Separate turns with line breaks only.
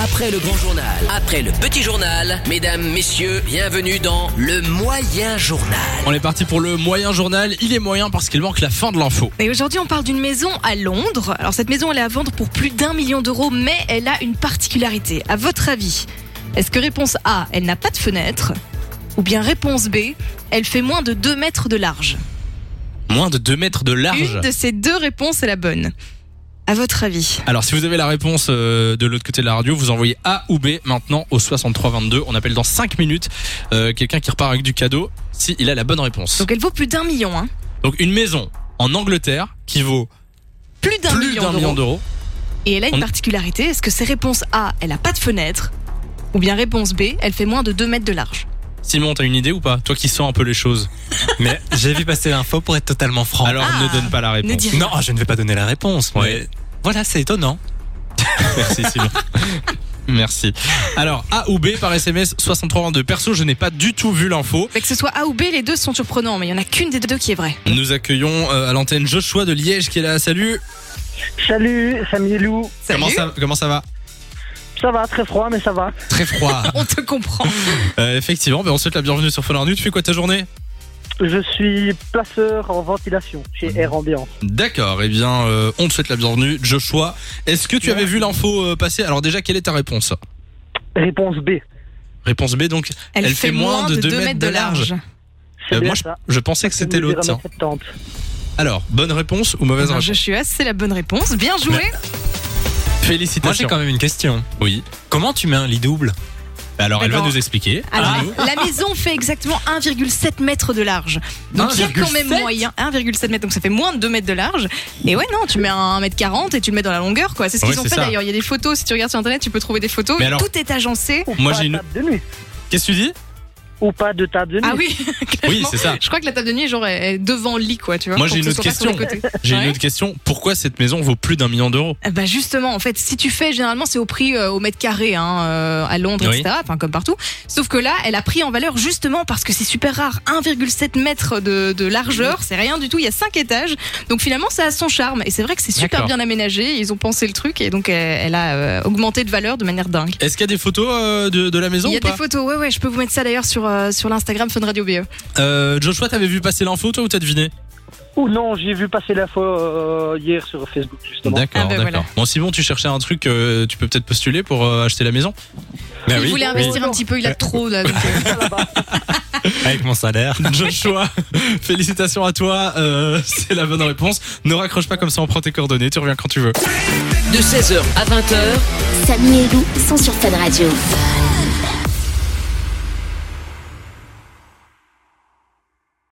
Après le grand journal, après le petit journal, mesdames, messieurs, bienvenue dans le moyen journal.
On est parti pour le moyen journal. Il est moyen parce qu'il manque la fin de l'info.
Et aujourd'hui, on parle d'une maison à Londres. Alors, cette maison, elle est à vendre pour plus d'un million d'euros, mais elle a une particularité. À votre avis, est-ce que réponse A, elle n'a pas de fenêtre Ou bien réponse B, elle fait moins de 2 mètres de large
Moins de 2 mètres de large.
Une de ces deux réponses est la bonne. À votre avis
Alors si vous avez la réponse euh, de l'autre côté de la radio, vous envoyez A ou B maintenant au 6322. On appelle dans 5 minutes euh, quelqu'un qui repart avec du cadeau s'il a la bonne réponse.
Donc, elle vaut plus d'un million, hein
Donc une maison en Angleterre qui vaut
Plus d'un
plus d'un
million d'euros.
million d'euros.
Et elle a une
On-
particularité, est-ce que c'est réponse A, elle n'a pas de fenêtre Ou bien réponse B, elle fait moins de 2 mètres de large
Simon, t'as une idée ou pas Toi qui sens un peu les choses.
Mais j'ai vu passer l'info pour être totalement franc.
Alors
Ah.
ne donne pas la réponse.
Ne dis rien.
non, ah, je ne vais pas donner la réponse. mais
Ouais.
Voilà, c'est étonnant.
Merci Simon. Merci. Alors A ou B par SMS 6322. Perso, je n'ai pas du tout vu l'info.
Fait que ce soit A ou B, les deux sont surprenants, mais il n'y en a qu'une des deux qui est vraie.
Nous accueillons euh, à l'antenne Joshua de Liège qui est là. Salut.
Salut, Samielou.
Comment ça comment ça va
Ça va, très froid, mais ça va.
Très froid.
On te comprend.
Euh, effectivement, ben, on te souhaite la bienvenue sur Fun Arnu. Tu fais quoi ta journée
Je suis placeur en ventilation
Mhm.
chez Air Ambiance.
D'accord, eh bien, euh, on te souhaite la bienvenue. Joshua, est-ce que tu avais vu l'info euh, passer Alors déjà, quelle est ta réponse
Réponse B.
Réponse B, donc
Elle, fait, moins de 2 mètres, de large.
C'est
euh,
bien
moi, je,
ça.
je pensais que c'était
Mesure
l'autre. tiens.
1m70.
Alors, bonne réponse ou mauvaise
Alors,
réponse
je suis assez la bonne réponse. Bien joué.
Moi, j'ai
Félicitations.
quand même une question.
Oui. Bah,
Comment tu mets un lit double
Alors, elle va
D'accord. Ah,
nous expliquer.
Alors, la maison fait exactement 1,7 mètres de large. Donc, il y a quand même
1,7?
moyen. 1,7 mètres, donc ça fait moins de 2 mètres de large. Et ouais, non, tu mets un 1m40 et tu le mets dans la longueur, quoi. C'est ce qu'ils
Ouais,
ont
c'est
fait
ça.
d'ailleurs. Il y a des photos, si tu regardes sur internet, tu peux trouver des photos.
Mais alors-
Tout est agencé.
Ou
Moi,
pas
j'ai une-
table de nuit.
Qu'est-ce que tu dis
Ou pas de table de nuit.
Ah oui,
Oui,
clairement.
c'est ça.
Je crois que la table de nuit, genre, est devant le lit, quoi, tu vois.
Moi,
pour
j'ai
que
une
ce
autre
soit pas sur les
question.
côtés.
J'ai
Ouais.
une autre question. Pourquoi cette maison vaut plus d'un million d'euros
Ah Bah justement, en fait, si tu fais, généralement, c'est au prix euh, au mètre carré hein, euh, à Londres,
Oui.
etc. Enfin, comme partout. Sauf que là, elle a pris en valeur justement parce que c'est super rare. 1,7 mètre de, de largeur, c'est rien du tout. Il y a 5 étages. Donc finalement, ça a son charme. Et c'est vrai que c'est super
D'accord.
bien aménagé. Ils ont pensé le truc et donc euh, elle a euh, augmenté de valeur de manière dingue.
Est-ce qu'il y a des photos euh, de, de la maison
Il y
ou
a
pas
des photos, ouais, ouais, je peux vous mettre ça d'ailleurs sur, euh, sur l'Instagram Fun Radio E. BE.
Euh, Joshua, t'avais vu passer l'info toi ou t'as deviné
Ou non, j'ai vu passer l'info euh, hier sur Facebook, justement.
D'accord,
Ah ben
d'accord.
voilà.
Bon, Simon, tu cherchais un truc, euh, tu peux peut-être postuler pour euh, acheter la maison
Bah
Ben
il
oui,
voulait investir un petit peu, il a trop là. donc, euh,
avec mon salaire.
Joshua, félicitations à toi, euh, c'est la bonne réponse. Ne raccroche pas comme ça, on prend tes coordonnées, tu reviens quand tu veux.
De 16h à 20h,
Samy et Lou sont sur Fan Radio.